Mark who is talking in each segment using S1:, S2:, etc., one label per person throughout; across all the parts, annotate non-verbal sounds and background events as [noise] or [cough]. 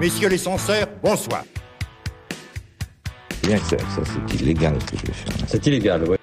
S1: Messieurs les censeurs, bonsoir.
S2: Bien que ça, ça c'est illégal ce que je vais faire. là.
S3: C'est illégal, oui.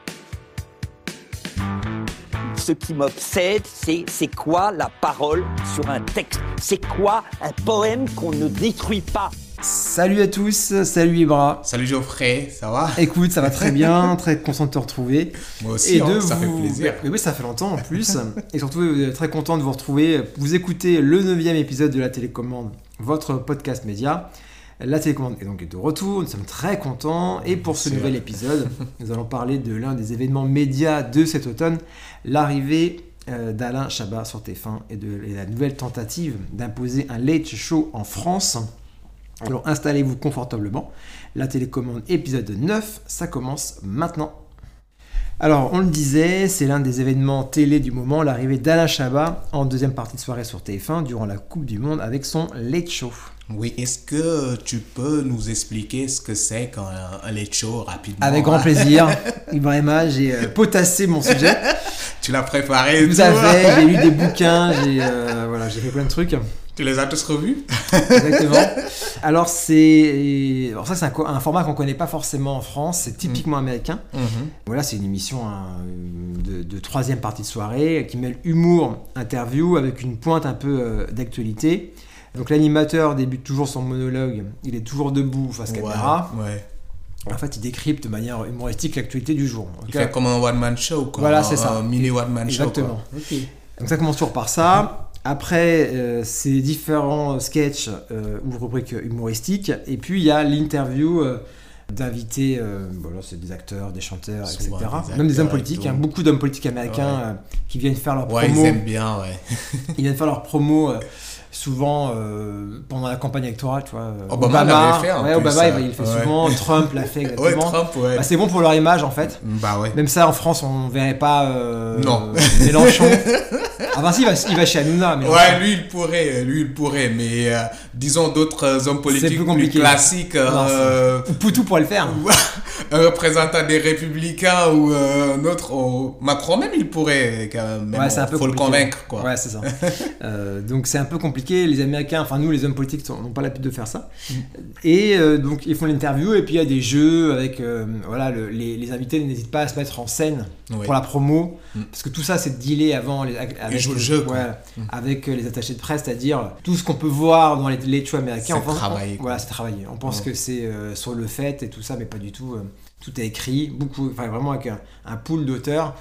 S4: Ce qui m'obsède, c'est c'est quoi la parole sur un texte C'est quoi un poème qu'on ne détruit pas
S5: Salut à tous, salut Ibra.
S6: Salut Geoffrey, ça va
S5: Écoute, ça va [laughs] très bien, très content de te retrouver.
S6: Moi aussi, hein, ça
S5: vous-
S6: fait plaisir.
S5: Mais oui, ça fait longtemps en plus. et surtout, euh, très content de vous retrouver. Vous écoutez le 9 épisode de La Télécommande, votre podcast média. La Télécommande est donc de retour, nous sommes très contents. Et pour ce
S6: Sûr.
S5: nouvel épisode, nous allons parler de l'un des événements médias de cet automne, l'arrivée euh, d'Alain Chabat sur TF1 et de et la nouvelle tentative d'imposer un late show en France. Alors installez-vous confortablement. La télécommande épisode 9, ça commence maintenant. Alors, on le disait, c'est l'un des événements télé du moment, l'arrivée d'Alain Chabat en deuxième partie de soirée sur TF1 durant la Coupe du Monde avec son Late Show.
S6: Oui, est-ce que tu peux nous expliquer ce que c'est qu'un un late show rapidement
S5: Avec grand plaisir, Ibrahima, j'ai euh, potassé mon sujet.
S6: Tu l'as préparé et
S5: Vous
S6: tout,
S5: avez,
S6: hein
S5: j'ai lu des bouquins, j'ai euh, voilà, j'ai fait plein de trucs.
S6: Tu les as tous revus
S5: Exactement. [laughs] Alors, c'est. alors ça, c'est un, co- un format qu'on connaît pas forcément en France, c'est typiquement
S6: Mm.
S5: américain.
S6: Mm-hmm.
S5: Voilà, c'est une émission hein, de, de troisième partie de soirée qui mêle humour, interview avec une pointe un peu euh, d'actualité. Donc l'animateur débute toujours son monologue, il est toujours debout face caméra.
S6: Ouais, ouais.
S5: En fait, il décrypte de manière humoristique l'actualité du jour.
S6: Il
S5: Ok
S6: fait comme un one-man show, quoi.
S5: Voilà,
S6: un-
S5: c'est ça.
S6: Un mini
S5: Ah,
S6: one-man show.
S5: Exactement.
S6: quoi. Ok.
S5: Donc ça commence toujours par ça. Après, euh, ces différents sketchs euh, ou rubriques humoristiques. Et puis, il y a l'interview euh, d'invités, euh, voilà, c'est des acteurs, des chanteurs,
S6: Souvent
S5: etc.
S6: des
S5: Même des hommes
S6: acteurs et
S5: politiques,
S6: tout.
S5: hein, beaucoup d'hommes politiques américains
S6: Ouais.
S5: euh, qui viennent faire leur
S6: Ouais,
S5: promo.
S6: ils aiment bien, ouais.
S5: Ils viennent faire leur promo euh, souvent euh, pendant la campagne électorale, tu vois. euh,
S6: Obama l'avait fait, en
S5: ouais,
S6: plus,
S5: Obama, il,
S6: euh,
S5: il le fait
S6: ouais.
S5: souvent. Trump l'a fait
S6: [laughs] Ouais,
S5: exactement.
S6: Trump, ouais.
S5: Bah, c'est bon pour leur image, en fait.
S6: Bah ouais.
S5: Même ça, en France, on verrait pas euh,
S6: Non.
S5: Mélenchon. ah ben si, il va, il va chez Hanouna. Mélenchon.
S6: Ouais, lui il pourrait, lui il pourrait, mais euh, disons d'autres hommes politiques
S5: plus
S6: plus,
S5: compliqué.
S6: classiques,
S5: Non, c'est-
S6: euh,
S5: Ou Poutou pourrait le faire.
S6: un représentant des républicains ou euh, un autre, oh, Macron même il pourrait quand même,
S5: Ouais, c'est un peu
S6: faut le
S5: compliqué.
S6: convaincre quoi.
S5: Ouais, c'est
S6: [laughs]
S5: ça. Euh, donc c'est un peu compliqué. Les Américains, enfin nous, les hommes politiques, sont- n'ont pas l'habitude de faire ça.
S6: Mm.
S5: Et euh, donc ils font l'interview et puis il y a des jeux avec euh, voilà le- les, les invités n'hésitent pas à se mettre en scène
S6: Ouais.
S5: pour la promo parce que tout ça c'est dealé avant les, avec,
S6: Mm. jouent le jeu, quoi. Mm.
S5: ouais, avec euh, les attachés de presse, c'est-à-dire tout ce qu'on peut voir dans les, les shows américains.
S6: C'est
S5: on pense-
S6: travaillé, quoi. Mm.
S5: Voilà, c'est travaillé. On pense que c'est euh, sur le fait et tout ça, mais pas du tout. euh, tout est écrit, beaucoup, enfin vraiment avec un, un pool d'auteurs.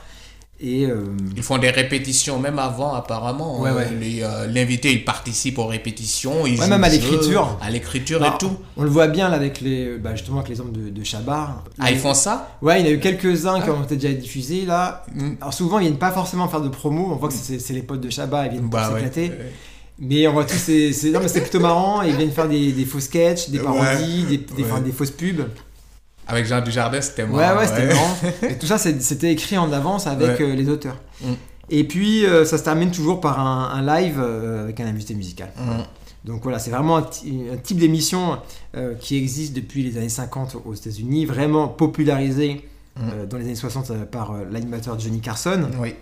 S5: Et euh,
S6: Ils font des répétitions même avant apparemment.
S5: Ouais,
S6: hein.
S5: ouais.
S6: Les, euh, L'invité il participe aux répétitions, il
S5: Ouais,
S6: joue
S5: même à
S6: le jeu,
S5: l'écriture.
S6: à l'écriture
S5: Alors,
S6: et tout.
S5: On le voit bien là avec les, bah, justement avec les hommes de, de Chabar.
S6: Ah ils font ça
S5: Ouais, il y en a eu quelques-uns qui ont été déjà diffusés là.
S6: Mm.
S5: Alors souvent ils viennent pas forcément faire de promo, on voit que c'est c'est les potes de Chabat, ils viennent pour
S6: Bah, ouais.
S5: s'éclater.
S6: Ouais.
S5: Mais on voit tous ces, ces- non mais c'est plutôt marrant, ils viennent faire des, des faux sketchs, des
S6: Ouais.
S5: parodies, des, des, enfin,
S6: Ouais.
S5: des fausses pubs.
S6: Avec Jean Dujardin c'était
S5: Ouais,
S6: marrant.
S5: ouais, c'était
S6: [laughs]
S5: marrant. Et tout ça, c'est- c'était écrit en avance avec
S6: Ah Ouais.
S5: euh, les auteurs.
S6: Mm.
S5: Et puis, euh, ça se termine toujours par un, un live euh, avec un invité musical.
S6: Mm.
S5: Donc voilà, c'est vraiment un, ti- un type d'émission euh, qui existe depuis les années 50 aux États-Unis, vraiment popularisé
S6: Mm.
S5: euh, dans les années 60 euh, par euh, l'animateur Johnny Carson.
S6: Oui.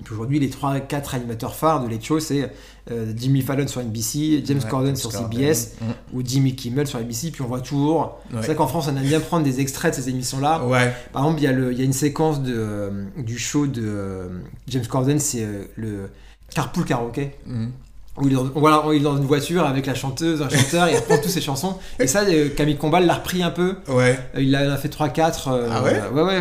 S5: Et puis Aujourd'hui, les 3-4 animateurs phares de Late Show, c'est euh, Jimmy Fallon sur NBC, James
S6: Ouais,
S5: Corden
S6: James
S5: sur
S6: Corden.
S5: CBS
S6: Mm.
S5: ou Jimmy Kimmel sur ABC. Puis on voit toujours.
S6: Ouais.
S5: C'est vrai qu'en France, on aime bien prendre des extraits de ces émissions-là.
S6: Ouais.
S5: Par exemple, il y, a le- il y a une séquence de, euh, du show de euh, James Corden, c'est euh, le Carpool Karaoke,
S6: Mm.
S5: où il est, dans, voilà, il est dans une voiture avec la chanteuse, un chanteur, et il reprend toutes ses chansons. Et ça, euh, Camille Combal l'a repris un peu.
S6: Ouais.
S5: Euh, Il en a fait 3-4. euh,
S6: Ah ouais
S5: Ouais, ouais.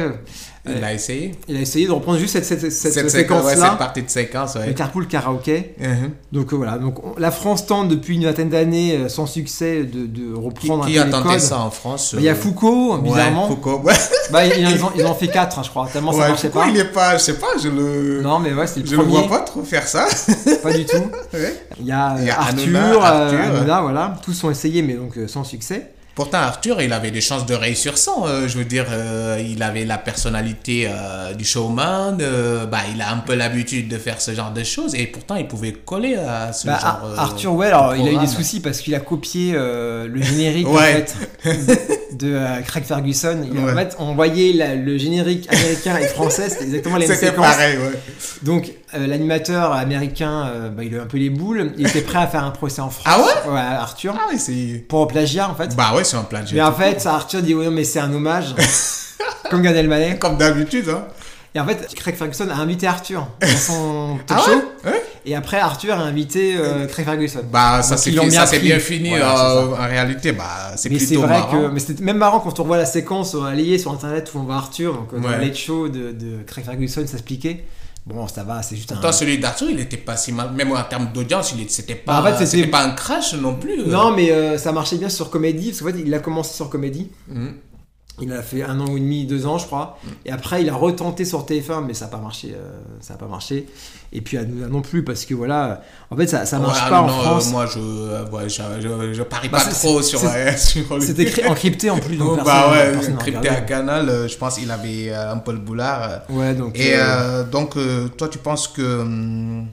S6: Il
S5: Ouais.
S6: a essayé.
S5: Il a essayé de reprendre juste cette, cette- cette
S6: Cette séquence, ouais, cette
S5: séquence-là,
S6: partie de séquence,
S5: le
S6: ouais.
S5: Carpool Karaoke.
S6: Mhm.
S5: Donc euh, voilà, donc, on- la France tente depuis une vingtaine d'années, euh, sans succès, de, de
S6: Qui,
S5: reprendre
S6: qui
S5: un
S6: a
S5: peu les
S6: tenté
S5: codes.
S6: ça en France
S5: Bah, Il y a
S6: euh,
S5: Foucault,
S6: ouais,
S5: bizarrement.
S6: Foucault, ouais.
S5: Bah, ils, ils en, ils en ont fait 4, je crois, tellement ça
S6: Ouais,
S5: marchait
S6: Foucault,
S5: pas.
S6: il est pas, je sais pas, je le,
S5: Non, mais ouais, c'est le
S6: je le
S5: premier.
S6: vois pas trop faire ça. [laughs]
S5: [laughs] pas du tout.
S6: Ouais.
S5: Il y a,
S6: Il y a
S5: euh, Arthur,
S6: Hanouna,
S5: euh,
S6: Arthur,
S5: Hanouna, voilà. Tous ont essayé, mais donc euh, sans succès.
S6: Pourtant, Arthur, il avait des chances de réussir sans. euh, je veux dire, euh, il avait la personnalité euh, du showman. euh, bah, il a un peu l'habitude de faire ce genre de choses. Et pourtant, il pouvait coller à ce
S5: Bah,
S6: genre.
S5: Ar-
S6: euh,
S5: Arthur, ouais, alors
S6: de
S5: il a eu des
S6: programme.
S5: soucis parce qu'il a copié euh, le générique en
S6: Ouais.
S5: fait,
S6: [laughs]
S5: de euh, Craig Ferguson. Il- En
S6: Ouais.
S5: fait, on voyait la- le générique américain et français, c'était exactement les mêmes
S6: C'était
S5: séquences.
S6: pareil, ouais.
S5: Donc euh, l'animateur américain, euh, bah, il a eu un peu les boules. Il était prêt à faire un procès en France.
S6: Ah ouais
S5: à Arthur.
S6: Ah oui, c'est.
S5: Pour plagiat, en fait.
S6: Bah ouais, c'est un plan
S5: mais en fait, ça, Arthur dit oui, non, mais c'est un
S6: [laughs]
S5: hommage. Comme Gad Elmaleh.
S6: Comme d'habitude, hein.
S5: Et en fait, Craig Ferguson a invité Arthur
S6: [laughs]
S5: dans son talk
S6: ah
S5: show.
S6: ouais, ouais
S5: Et après, Arthur a invité euh, Craig Ferguson.
S6: Bah, ça
S5: Donc,
S6: c'est
S5: ils l'ont
S6: fini- ça,
S5: bien
S6: c'est
S5: pris.
S6: bien fini.
S5: Voilà, c'est
S6: euh,
S5: ça.
S6: en réalité, bah, c'est
S5: Mais c'est
S6: plutôt
S5: vrai
S6: marrant.
S5: que. Mais c'est même marrant quand on voit la séquence euh, alliée sur internet où on voit Arthur, donc euh, dans
S6: Ouais.
S5: le late show de, de Craig Ferguson s'expliquer. Bon, ça va, c'est juste un.
S6: Toi, celui d'Arthur, il était pas si mal. Même en termes d'audience, il est- c'était
S5: Bah,
S6: pas,
S5: en fait, c'était-
S6: c'était pas un crash non plus.
S5: Non, mais euh, ça marchait bien sur Comédie, parce qu'en fait, il a commencé sur Comédie.
S6: Mhm.
S5: Il a fait un an ou demi, deux ans, je crois.
S6: Mm.
S5: Et après, il a retenté sur TF1, mais ça n'a pas marché. euh, ça a pas marché. Et puis, à nous là non plus, parce que voilà, en fait, ça, ça marche
S6: Ouais,
S5: pas
S6: non,
S5: en
S6: euh,
S5: France.
S6: moi, je, euh, ouais, je, je, je parie
S5: Bah,
S6: pas
S5: c'est-
S6: trop sur, euh,
S5: c'est-
S6: [laughs] sur
S5: C'est écrit encrypté en plus, donc
S6: Ah Oh, bah
S5: personne-
S6: ouais,
S5: personne n'a
S6: crypté à
S5: regardé.
S6: Canal, euh, je pense qu'il avait euh, un peu le boulard. euh.
S5: Ouais, donc.
S6: Et
S5: euh,
S6: euh, donc, euh, toi, tu penses que. hum,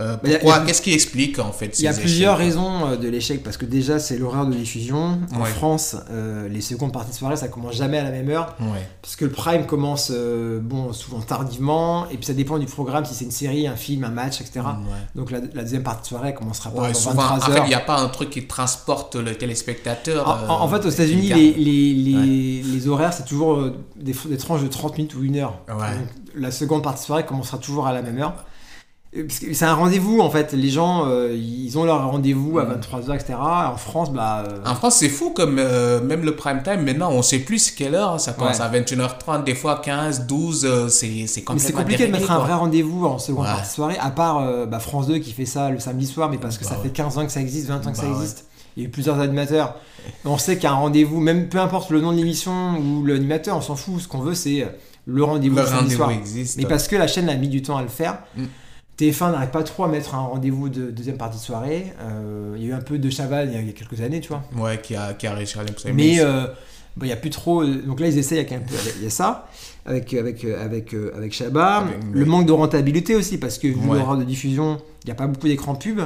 S6: euh,
S5: Bah, y a- y
S6: pourquoi
S5: a-
S6: Qu'est-ce qui explique en fait
S5: Il y a
S6: ces
S5: plusieurs
S6: échecs
S5: raisons euh, de l'échec parce que déjà c'est l'horaire de diffusion. En
S6: Ouais.
S5: France, euh, les secondes parties de soirée ça commence jamais à la même heure
S6: Ouais.
S5: parce que le prime commence euh, bon souvent tardivement et puis ça dépend du programme si c'est une série, un film, un match, etc.
S6: Ouais.
S5: Donc la, la deuxième partie de soirée elle commencera pas
S6: Mm. Ouais,
S5: avant
S6: souvent, en
S5: 23
S6: fait,
S5: heures.
S6: il n'y a pas un truc qui transporte le téléspectateur.
S5: En, en- en
S6: euh,
S5: fait, aux États-Unis,
S6: vers-
S5: les, les, les, les horaires, c'est toujours euh, des, des tranches de 30 minutes ou une heure.
S6: Ouais.
S5: Donc, la seconde partie de soirée commencera toujours à la même heure. Euh, parce que C'est un rendez-vous en fait. Les gens, euh, ils ont leur rendez-vous
S6: Mm.
S5: à 23h, etc. En France, bah. euh,
S6: En France, c'est fou comme euh, même le prime time, maintenant, on sait plus quelle heure. Ça commence
S5: Ouais.
S6: à 21h30, des fois 15, 12, euh, c'est c'est complètement
S5: mais c'est compliqué de
S6: déréglé,
S5: mettre un
S6: quoi.
S5: vrai rendez-vous en seconde
S6: Ouais.
S5: partie de soirée, à part euh, bah, France 2 qui fait ça le samedi soir, mais parce que
S6: Bah
S5: ça
S6: ouais.
S5: fait 15 ans que ça existe, 20 ans que ça
S6: Bah ouais.
S5: existe. Il y a eu plusieurs animateurs. On sait qu'un rendez-vous, même peu importe le nom de l'émission ou l'animateur, on s'en fout. Ce qu'on veut, c'est euh, le rendez-vous
S6: Le
S5: du samedi
S6: rendez-vous
S5: soir.
S6: existe.
S5: Mais parce que la chaîne a mis du temps à le faire.
S6: Mm.
S5: TF1 n'arrive pas trop à mettre un rendez-vous de deuxième partie de soirée. Euh, il y a eu un peu de Chaval il y a- il y a quelques années, tu vois.
S6: Ouais, qui a, qui a réussi à l'impression.
S5: Mais euh, bah, il n'y a plus trop. euh, Donc là, ils essayent avec un peu. Il y a ça, avec, avec, euh, avec, euh, avec Chabat.
S6: Avec-
S5: le manque de rentabilité aussi, parce que vu
S6: Ouais.
S5: l'horaire de diffusion, il n'y a pas beaucoup d'écrans pub.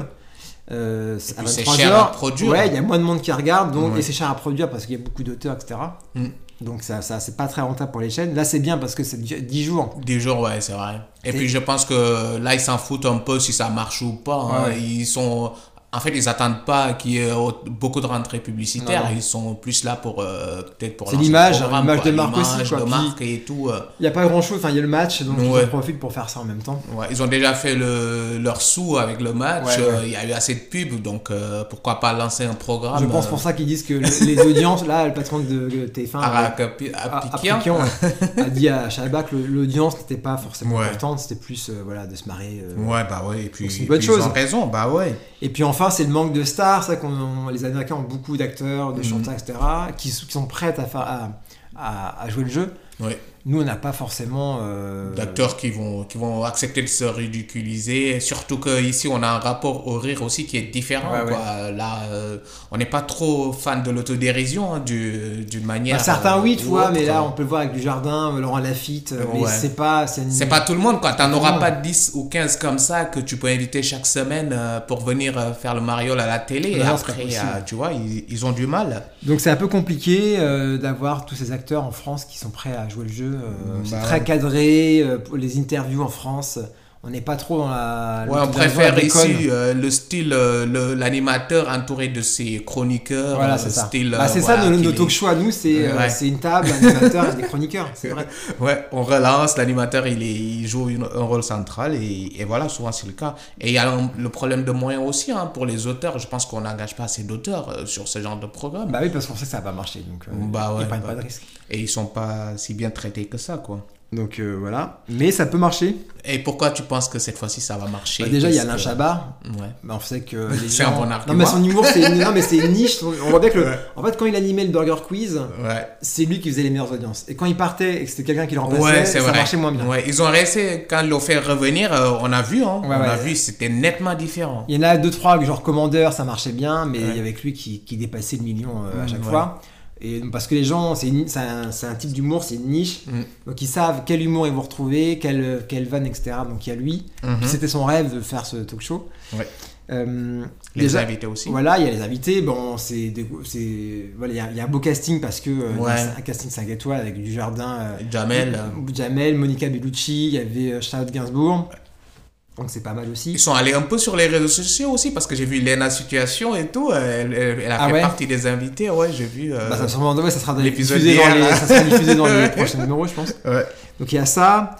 S5: Euh,
S6: puis, c'est
S5: 23
S6: cher à
S5: heures,
S6: produire.
S5: Ouais, il y a moins de monde qui regarde, donc,
S6: Ouais.
S5: et c'est cher à produire parce qu'il y a beaucoup d'auteurs, etc.
S6: Mm.
S5: Donc ça, ça c'est pas très rentable pour les chaînes. Là, c'est bien parce que c'est 10 jours.
S6: Des jours, ouais, c'est vrai. Et
S5: C'est-
S6: puis je pense que là, ils s'en foutent un peu si ça marche ou pas. hein.
S5: Ouais.
S6: Ils sont. En fait, ils attendent pas qu'il y ait au- beaucoup de rentrées publicitaires.
S5: Non, non.
S6: Ils sont plus là pour euh, peut-être pour
S5: C'est
S6: lancer le
S5: l'image,
S6: programme,
S5: l'image
S6: quoi.
S5: de marque aussi,
S6: L'image
S5: quoi.
S6: de
S5: Puis-
S6: marque et tout. euh.
S5: Il n'y a pas grand chose, enfin il y a le match, donc
S6: Ouais.
S5: ils en profitent pour faire ça en même temps.
S6: Ouais, ils ont déjà fait le, leur sous avec le match.
S5: Ouais, ouais.
S6: Euh, Il y a eu assez de pubs, donc euh, pourquoi pas lancer un programme
S5: Je pense
S6: euh,
S5: pour ça qu'ils disent que le- les audiences, là le patron de de TF1
S6: Ah, à,
S5: euh,
S6: Racapi- à
S5: a, a
S6: Piquien. [laughs]
S5: Piquant, ouais, a dit à Chalbach que le- l'audience n'était pas forcément
S6: Ouais.
S5: importante, c'était plus euh, voilà, de se marrer. euh.
S6: Ouais, bah ouais. Et puis,
S5: Donc, c'est une
S6: et
S5: bonne
S6: puis,
S5: chose.
S6: ils ont raison, bah ouais.
S5: Et puis enfin c'est le manque de stars, ça qu'on on- les Américains ont beaucoup d'acteurs,
S6: Mhm.
S5: de chanteurs, etc. qui, s- qui sont prêts à, faire, à, à- à jouer le jeu.
S6: Ouais.
S5: Nous on n'a pas forcément euh,
S6: d'acteurs qui vont, qui vont accepter de se ridiculiser. Surtout qu'ici, on a un rapport au rire aussi qui est différent.
S5: Ouais, ouais.
S6: quoi. Là, euh, on n'est pas trop fan de l'autodérision hein, du- d'une
S5: bah,
S6: manière.
S5: certains
S6: euh,
S5: oui, tu
S6: ou
S5: vois,
S6: autre.
S5: mais là on peut le voir avec du jardin, Laurent Lafitte, euh, mais
S6: Ouais.
S5: c'est pas, c'est une-
S6: C'est pas tout le monde, quoi. T'en auras
S5: Non.
S6: pas 10 ou 15 comme ça que tu peux inviter chaque semaine euh, pour venir euh, faire le mariole à la télé. Et
S5: Non, c'est pas
S6: après,
S5: possible.
S6: euh, tu vois, ils, ils ont du mal.
S5: Donc c'est un peu compliqué euh, d'avoir tous ces acteurs en France qui sont prêts à jouer le jeu. euh,
S6: Bah
S5: c'est
S6: ouais.
S5: très cadré, euh, pour les interviews en France, on n'est pas trop dans la...
S6: Ouais, on
S5: dans la
S6: préfère
S5: déconne.
S6: ici euh, le style, euh, le- l'animateur entouré de ses chroniqueurs.
S5: Voilà,
S6: euh,
S5: c'est ça.
S6: style,
S5: Bah,
S6: euh,
S5: c'est
S6: voilà,
S5: ça, nos,
S6: qu'il
S5: nos
S6: est-
S5: talk show à nous, c'est euh,
S6: Ouais.
S5: c'est une table, un animateur et des chroniqueurs, c'est
S6: [laughs]
S5: vrai.
S6: Ouais, on relance, l'animateur il, est- il joue une- un rôle central et, et voilà, souvent c'est le cas. Et il y a un- le problème de moyens aussi hein, pour les auteurs. Je pense qu'on n'engage pas assez d'auteurs euh, sur ce genre de programme
S5: Bah oui, parce qu'on sait que ça va pas marcher, donc euh,
S6: Bah ouais,
S5: ils prennent
S6: bah.
S5: pas de risque.
S6: et ils sont pas si bien traités que ça quoi.
S5: Donc euh, voilà, mais ça peut marcher.
S6: Et pourquoi tu penses que cette fois-ci ça va marcher
S5: Bah, déjà, il y a Alain
S6: Parce que-
S5: Chabat,
S6: Ouais.
S5: Bah, on sait que
S6: [laughs]
S5: les
S6: C'est
S5: gens-
S6: un bon
S5: Non
S6: argument.
S5: mais son humour, c'est une... non, mais c'est une niche.
S6: [laughs]
S5: On voit bien que, le- en fait, quand il animait le Burger Quiz,
S6: Ouais.
S5: c'est lui qui faisait les meilleures audiences. Et quand il partait et que c'était quelqu'un qui le remplaçait,
S6: Ouais, c'est
S5: ça
S6: vrai.
S5: marchait moins bien.
S6: Ouais, ils ont resté quand ils l'ont fait revenir, euh, on a vu hein,
S5: Ouais,
S6: on a
S5: ouais.
S6: vu, c'était nettement différent.
S5: Il y en a deux trois genre commandeur, ça marchait bien, mais
S6: Ouais.
S5: il y avait que lui qui, qui dépassait le million euh, à
S6: Mm,
S5: chaque
S6: ouais.
S5: fois. Et donc, parce que les gens, c'est une- c'est un, c'est un type d'humour, c'est une niche,
S6: Mm.
S5: donc ils savent quel humour ils vont retrouver, quelle quelle vanne, etc. Donc il y a lui.
S6: Mhm.
S5: Puis C'était son rêve de faire ce talk show.
S6: Ouais.
S5: Euh,
S6: Les
S5: déjà-
S6: invités aussi.
S5: Voilà, il y a les invités. Bon, c'est, des- c'est- voilà, il y a- il y, a un beau casting parce que euh, il y a
S6: Ouais.
S5: un- un casting 5 étoiles avec du jardin.
S6: Jamel, euh,
S5: Jamel, Monica Bellucci, il y avait euh, Charlotte Gainsbourg. Donc c'est pas mal
S6: Ils
S5: aussi.
S6: sont allés un peu sur les réseaux sociaux aussi parce que j'ai vu Lena Situation et tout. euh, Elle, elle- elle a
S5: Ah
S6: fait
S5: ouais
S6: partie des invités. Ouais, j'ai vu. euh,
S5: Bah, ça, sûrement, ouais, ça sera
S6: l'épisode
S5: diffusé dans, les,
S6: d'hier, là.
S5: ça sera diffusé dans
S6: [laughs]
S5: les prochains numéros, je pense.
S6: ouais.
S5: Donc il y a ça.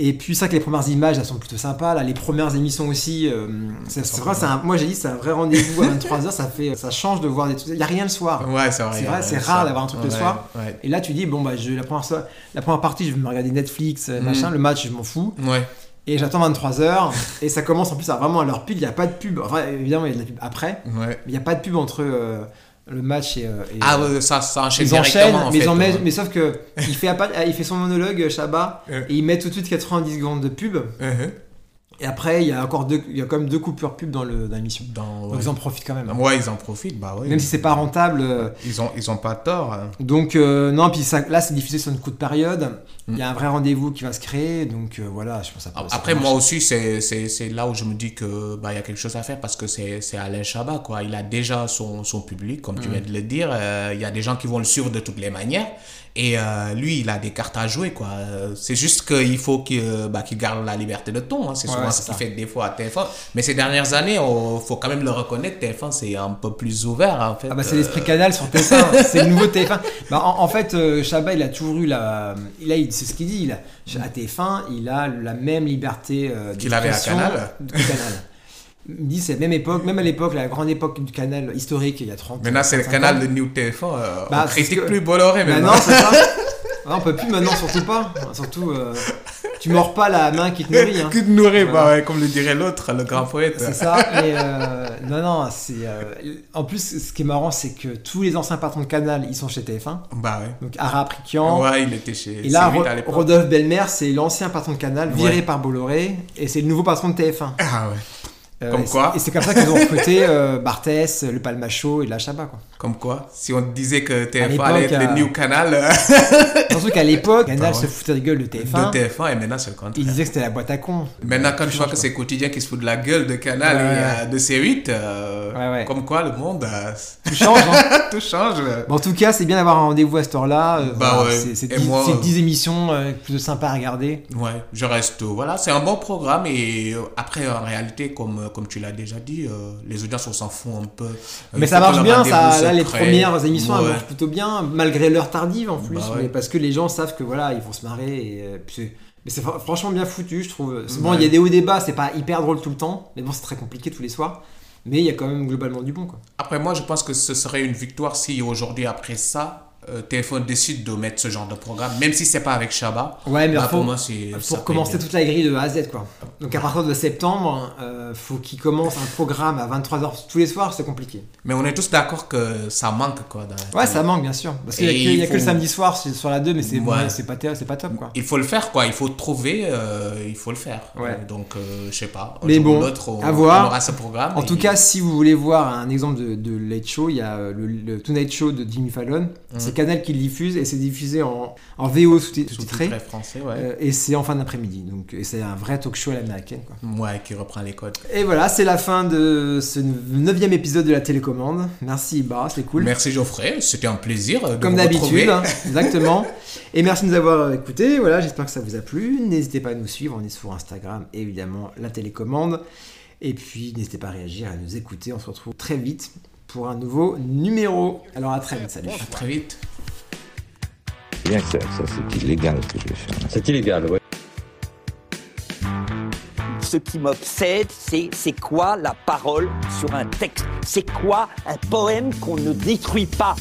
S5: Et puis ça que les premières images, elles sont plutôt sympas. Là, les premières émissions aussi, euh, c'est c'est vrai, c'est un- moi j'ai dit, c'est un vrai rendez-vous à 23h, ça, fait, ça change de voir des trucs. Il n'y a rien le soir.
S6: Ouais, c'est vrai.
S5: C'est vrai,
S6: euh,
S5: c'est
S6: ça.
S5: rare d'avoir un truc le
S6: Ouais,
S5: soir.
S6: Ouais.
S5: Et là, tu dis, bon, bah, je, la, première, so- la première partie, je vais me regarder Netflix, euh,
S6: Mm.
S5: machin, le match, je m'en fous.
S6: Ouais.
S5: Et j'attends
S6: [laughs]
S5: 23h, et ça commence en plus à vraiment à l'heure pile, il n'y a pas de pub. Enfin, évidemment, il y a de la pub après,
S6: ouais.
S5: mais il n'y a pas de pub entre euh, le match et. euh, et-
S6: Ah, ouais, ça, ça enchaîne
S5: ils enchaînent,
S6: directement. en
S5: mais,
S6: fait,
S5: ils en mettent-
S6: ouais.
S5: mais sauf que il fait, appa- il fait son monologue, Chabat,
S6: Euh.
S5: et il met tout de suite 90 secondes de pub.
S6: Uh-huh.
S5: Et après, il y a encore deux, il y a quand même deux coupures pub dans le- dans l'émission.
S6: Dans,
S5: Donc
S6: ouais. Ah,
S5: ils en profitent quand même.
S6: Ouais, ils en profitent. Bah ouais.
S5: Même si c'est pas rentable. euh,
S6: Ils ont, ils ont pas tort. hein.
S5: Donc euh, non, puis ça- là c'est diffusé sur une coup de période. Il y a un vrai rendez-vous qui va se créer. Donc euh, voilà, je pense que ça. peut- ça
S6: Mm. Ah, Après,
S5: peut
S6: moi
S5: marcher.
S6: aussi, c'est c'est- c'est là où je me dis que bah, il y a quelque chose à faire parce que c'est c'est Alain Chabat, quoi. Il a déjà son, son public, comme
S5: Mm.
S6: tu viens de le dire. Euh, Il y a des gens qui vont le suivre de toutes les manières. Et euh, lui, il a des cartes à jouer, quoi. Euh, C'est juste qu'il faut qu'il euh, bah, qu'il garde la liberté de ton. hein. C'est
S5: Ouais,
S6: souvent
S5: ouais,
S6: ce
S5: c'est
S6: qu'il
S5: ça.
S6: fait des fois à TF1. Mais ces dernières années, il faut quand même le reconnaître, TF1, c'est un peu plus ouvert, en fait. Euh,
S5: Ah bah c'est l'esprit canal sur TF1, c'est le nouveau TF1. Bah, en, en fait, euh, Chabat il a toujours eu la, il a, il- c'est ce qu'il dit, il a- à TF1 il a la même liberté euh,
S6: Mm. Qu'il avait à
S5: d'expression
S6: Canal.
S5: que Canal. Il me dit c'est la même époque, même à l'époque, la grande époque du canal historique il y a 30
S6: Maintenant, c'est le
S5: 35
S6: canal
S5: ans.
S6: de New TF1. euh,
S5: Bah, c'est
S6: on
S5: ce
S6: critique
S5: que-
S6: plus Bolloré
S5: Maintenant,
S6: maintenant.
S5: c'est ça. Ah, on peut plus maintenant, surtout pas. Surtout, euh, tu mords pas la main qui te nourrit. hein.
S6: [laughs] Qui te nourrit, bah
S5: Voilà.
S6: ouais, comme le dirait l'autre, le grand poète.
S5: C'est ça. Et, euh, non, non, c'est. euh, en plus, ce qui est marrant, c'est que tous les anciens patrons de Canal, ils sont chez TF1.
S6: Bah ouais.
S5: Donc Ara Prikian.
S6: Ouais, il était chez.
S5: Et là,
S6: C8
S5: Ro-
S6: à l'époque.
S5: Rodolphe Belmer, c'est l'ancien patron de Canal, viré
S6: Ouais.
S5: par Bolloré, et c'est le nouveau patron de TF1.
S6: Ah ouais.
S5: Euh,
S6: Comme
S5: et c'est-
S6: quoi.
S5: Et c'est comme ça qu'ils ont recruté euh, Barthès, Le Palmacho et La Chabat, quoi.
S6: Comme quoi, si on te disait que TF1
S5: l'époque,
S6: allait être
S5: euh,
S6: le new canal euh,
S5: Surtout qu'à l'époque, Canal
S6: ouais.
S5: se foutait de gueule de TF1.
S6: de TF1 et maintenant c'est le contraire.
S5: Ils disaient que c'était la boîte à cons.
S6: Maintenant, quand
S5: Tout
S6: tu vois
S5: change,
S6: que
S5: quoi.
S6: c'est quotidien qui se fout de la gueule de canal
S5: Ouais,
S6: et
S5: ouais.
S6: euh, de C8, euh,
S5: Ouais, ouais.
S6: comme quoi le monde, euh, [laughs]
S5: Tout change, hein.
S6: tout change. euh.
S5: Bon, en tout cas, c'est bien d'avoir un rendez-vous à cette heure-là. Euh,
S6: Bah ouais.
S5: C'est c'est
S6: Et
S5: 10,
S6: moi,
S5: c'est
S6: euh,
S5: 10 émissions euh, plutôt sympas à regarder.
S6: Ouais, je reste. euh, Voilà, c'est un bon programme et euh, après, en réalité, comme, euh, comme tu l'as déjà dit, euh, les audiences, on s'en fout un peu. Euh,
S5: Mais
S6: il
S5: ça
S6: faut
S5: marche
S6: qu'on
S5: bien,
S6: leur
S5: ça,
S6: rendez-vous
S5: là, les
S6: secret.
S5: premières émissions elles
S6: Ouais.
S5: marchent plutôt bien, malgré l'heure tardive en plus,
S6: Bah ouais.
S5: mais parce que les gens savent que voilà, ils vont se marrer. Et, euh, puis c'est- mais c'est fr- franchement bien foutu, je trouve. C'est Bon, il y a
S6: Ouais.
S5: des hauts débats, c'est pas hyper drôle tout le temps, mais bon, c'est très compliqué tous les soirs. Mais il y a quand même globalement du bon, quoi.
S6: Après, moi, je pense que ce serait une victoire si aujourd'hui, après ça, euh, TF1 décide de mettre ce genre de programme, même si c'est pas avec Chabat.
S5: Ouais, mais
S6: Bah,
S5: faut-
S6: pour moi, c'est. ça
S5: Pour
S6: fait
S5: commencer
S6: bien.
S5: toute la grille de A à Z, quoi. Donc à partir de septembre, euh, faut qu'ils commencent un programme à 23h tous les soirs, c'est compliqué.
S6: Mais on est tous d'accord que ça manque, quoi. dans la
S5: Ouais,
S6: télé.
S5: ça manque bien sûr. Parce qu'il
S6: Et
S5: n'y a,
S6: il
S5: que le
S6: faut-
S5: samedi soir sur sur la 2, mais c'est
S6: Ouais.
S5: ouais, c'est pas, ter- c'est pas top quoi.
S6: Il faut le faire, quoi. Il faut trouver, euh, il faut le faire.
S5: Ouais.
S6: Donc, euh, je sais pas. un
S5: Mais
S6: jour ou
S5: bon,
S6: l'autre, on,
S5: à voir.
S6: on aura ce programme.
S5: En
S6: et-
S5: tout cas, si vous voulez voir un exemple de, de late show, il y a euh, le, le Tonight Show de Jimmy Fallon. C'est Canal qui le diffuse et c'est diffusé en, en VO sous-titré.
S6: sous-titré français, ouais.
S5: euh, et c'est en fin d'après-midi. Donc et c'est un vrai talk show à l'américaine. quoi.
S6: Ouais, qui reprend les codes.
S5: Et voilà, c'est la fin de ce neuvième épisode de la télécommande. Merci Ibarra, c'est cool.
S6: Merci Geoffrey, c'était un plaisir euh, de
S5: Comme
S6: vous
S5: d'habitude,
S6: retrouver. [laughs]
S5: hein, exactement. Et merci de nous avoir écoutés. Voilà, j'espère que ça vous a plu. N'hésitez pas à nous suivre. On est sur Instagram, évidemment, la télécommande. Et puis, n'hésitez pas à réagir, à nous écouter. On se retrouve très vite pour un nouveau numéro. Alors, à très vite. Salut.
S6: À très vite.
S2: Bien que ça, ça c'est illégal ce que je vais faire. là.
S3: C'est illégal, ouais.
S4: Ce qui m'obsède, c'est c'est quoi la parole sur un texte C'est quoi un poème qu'on ne détruit pas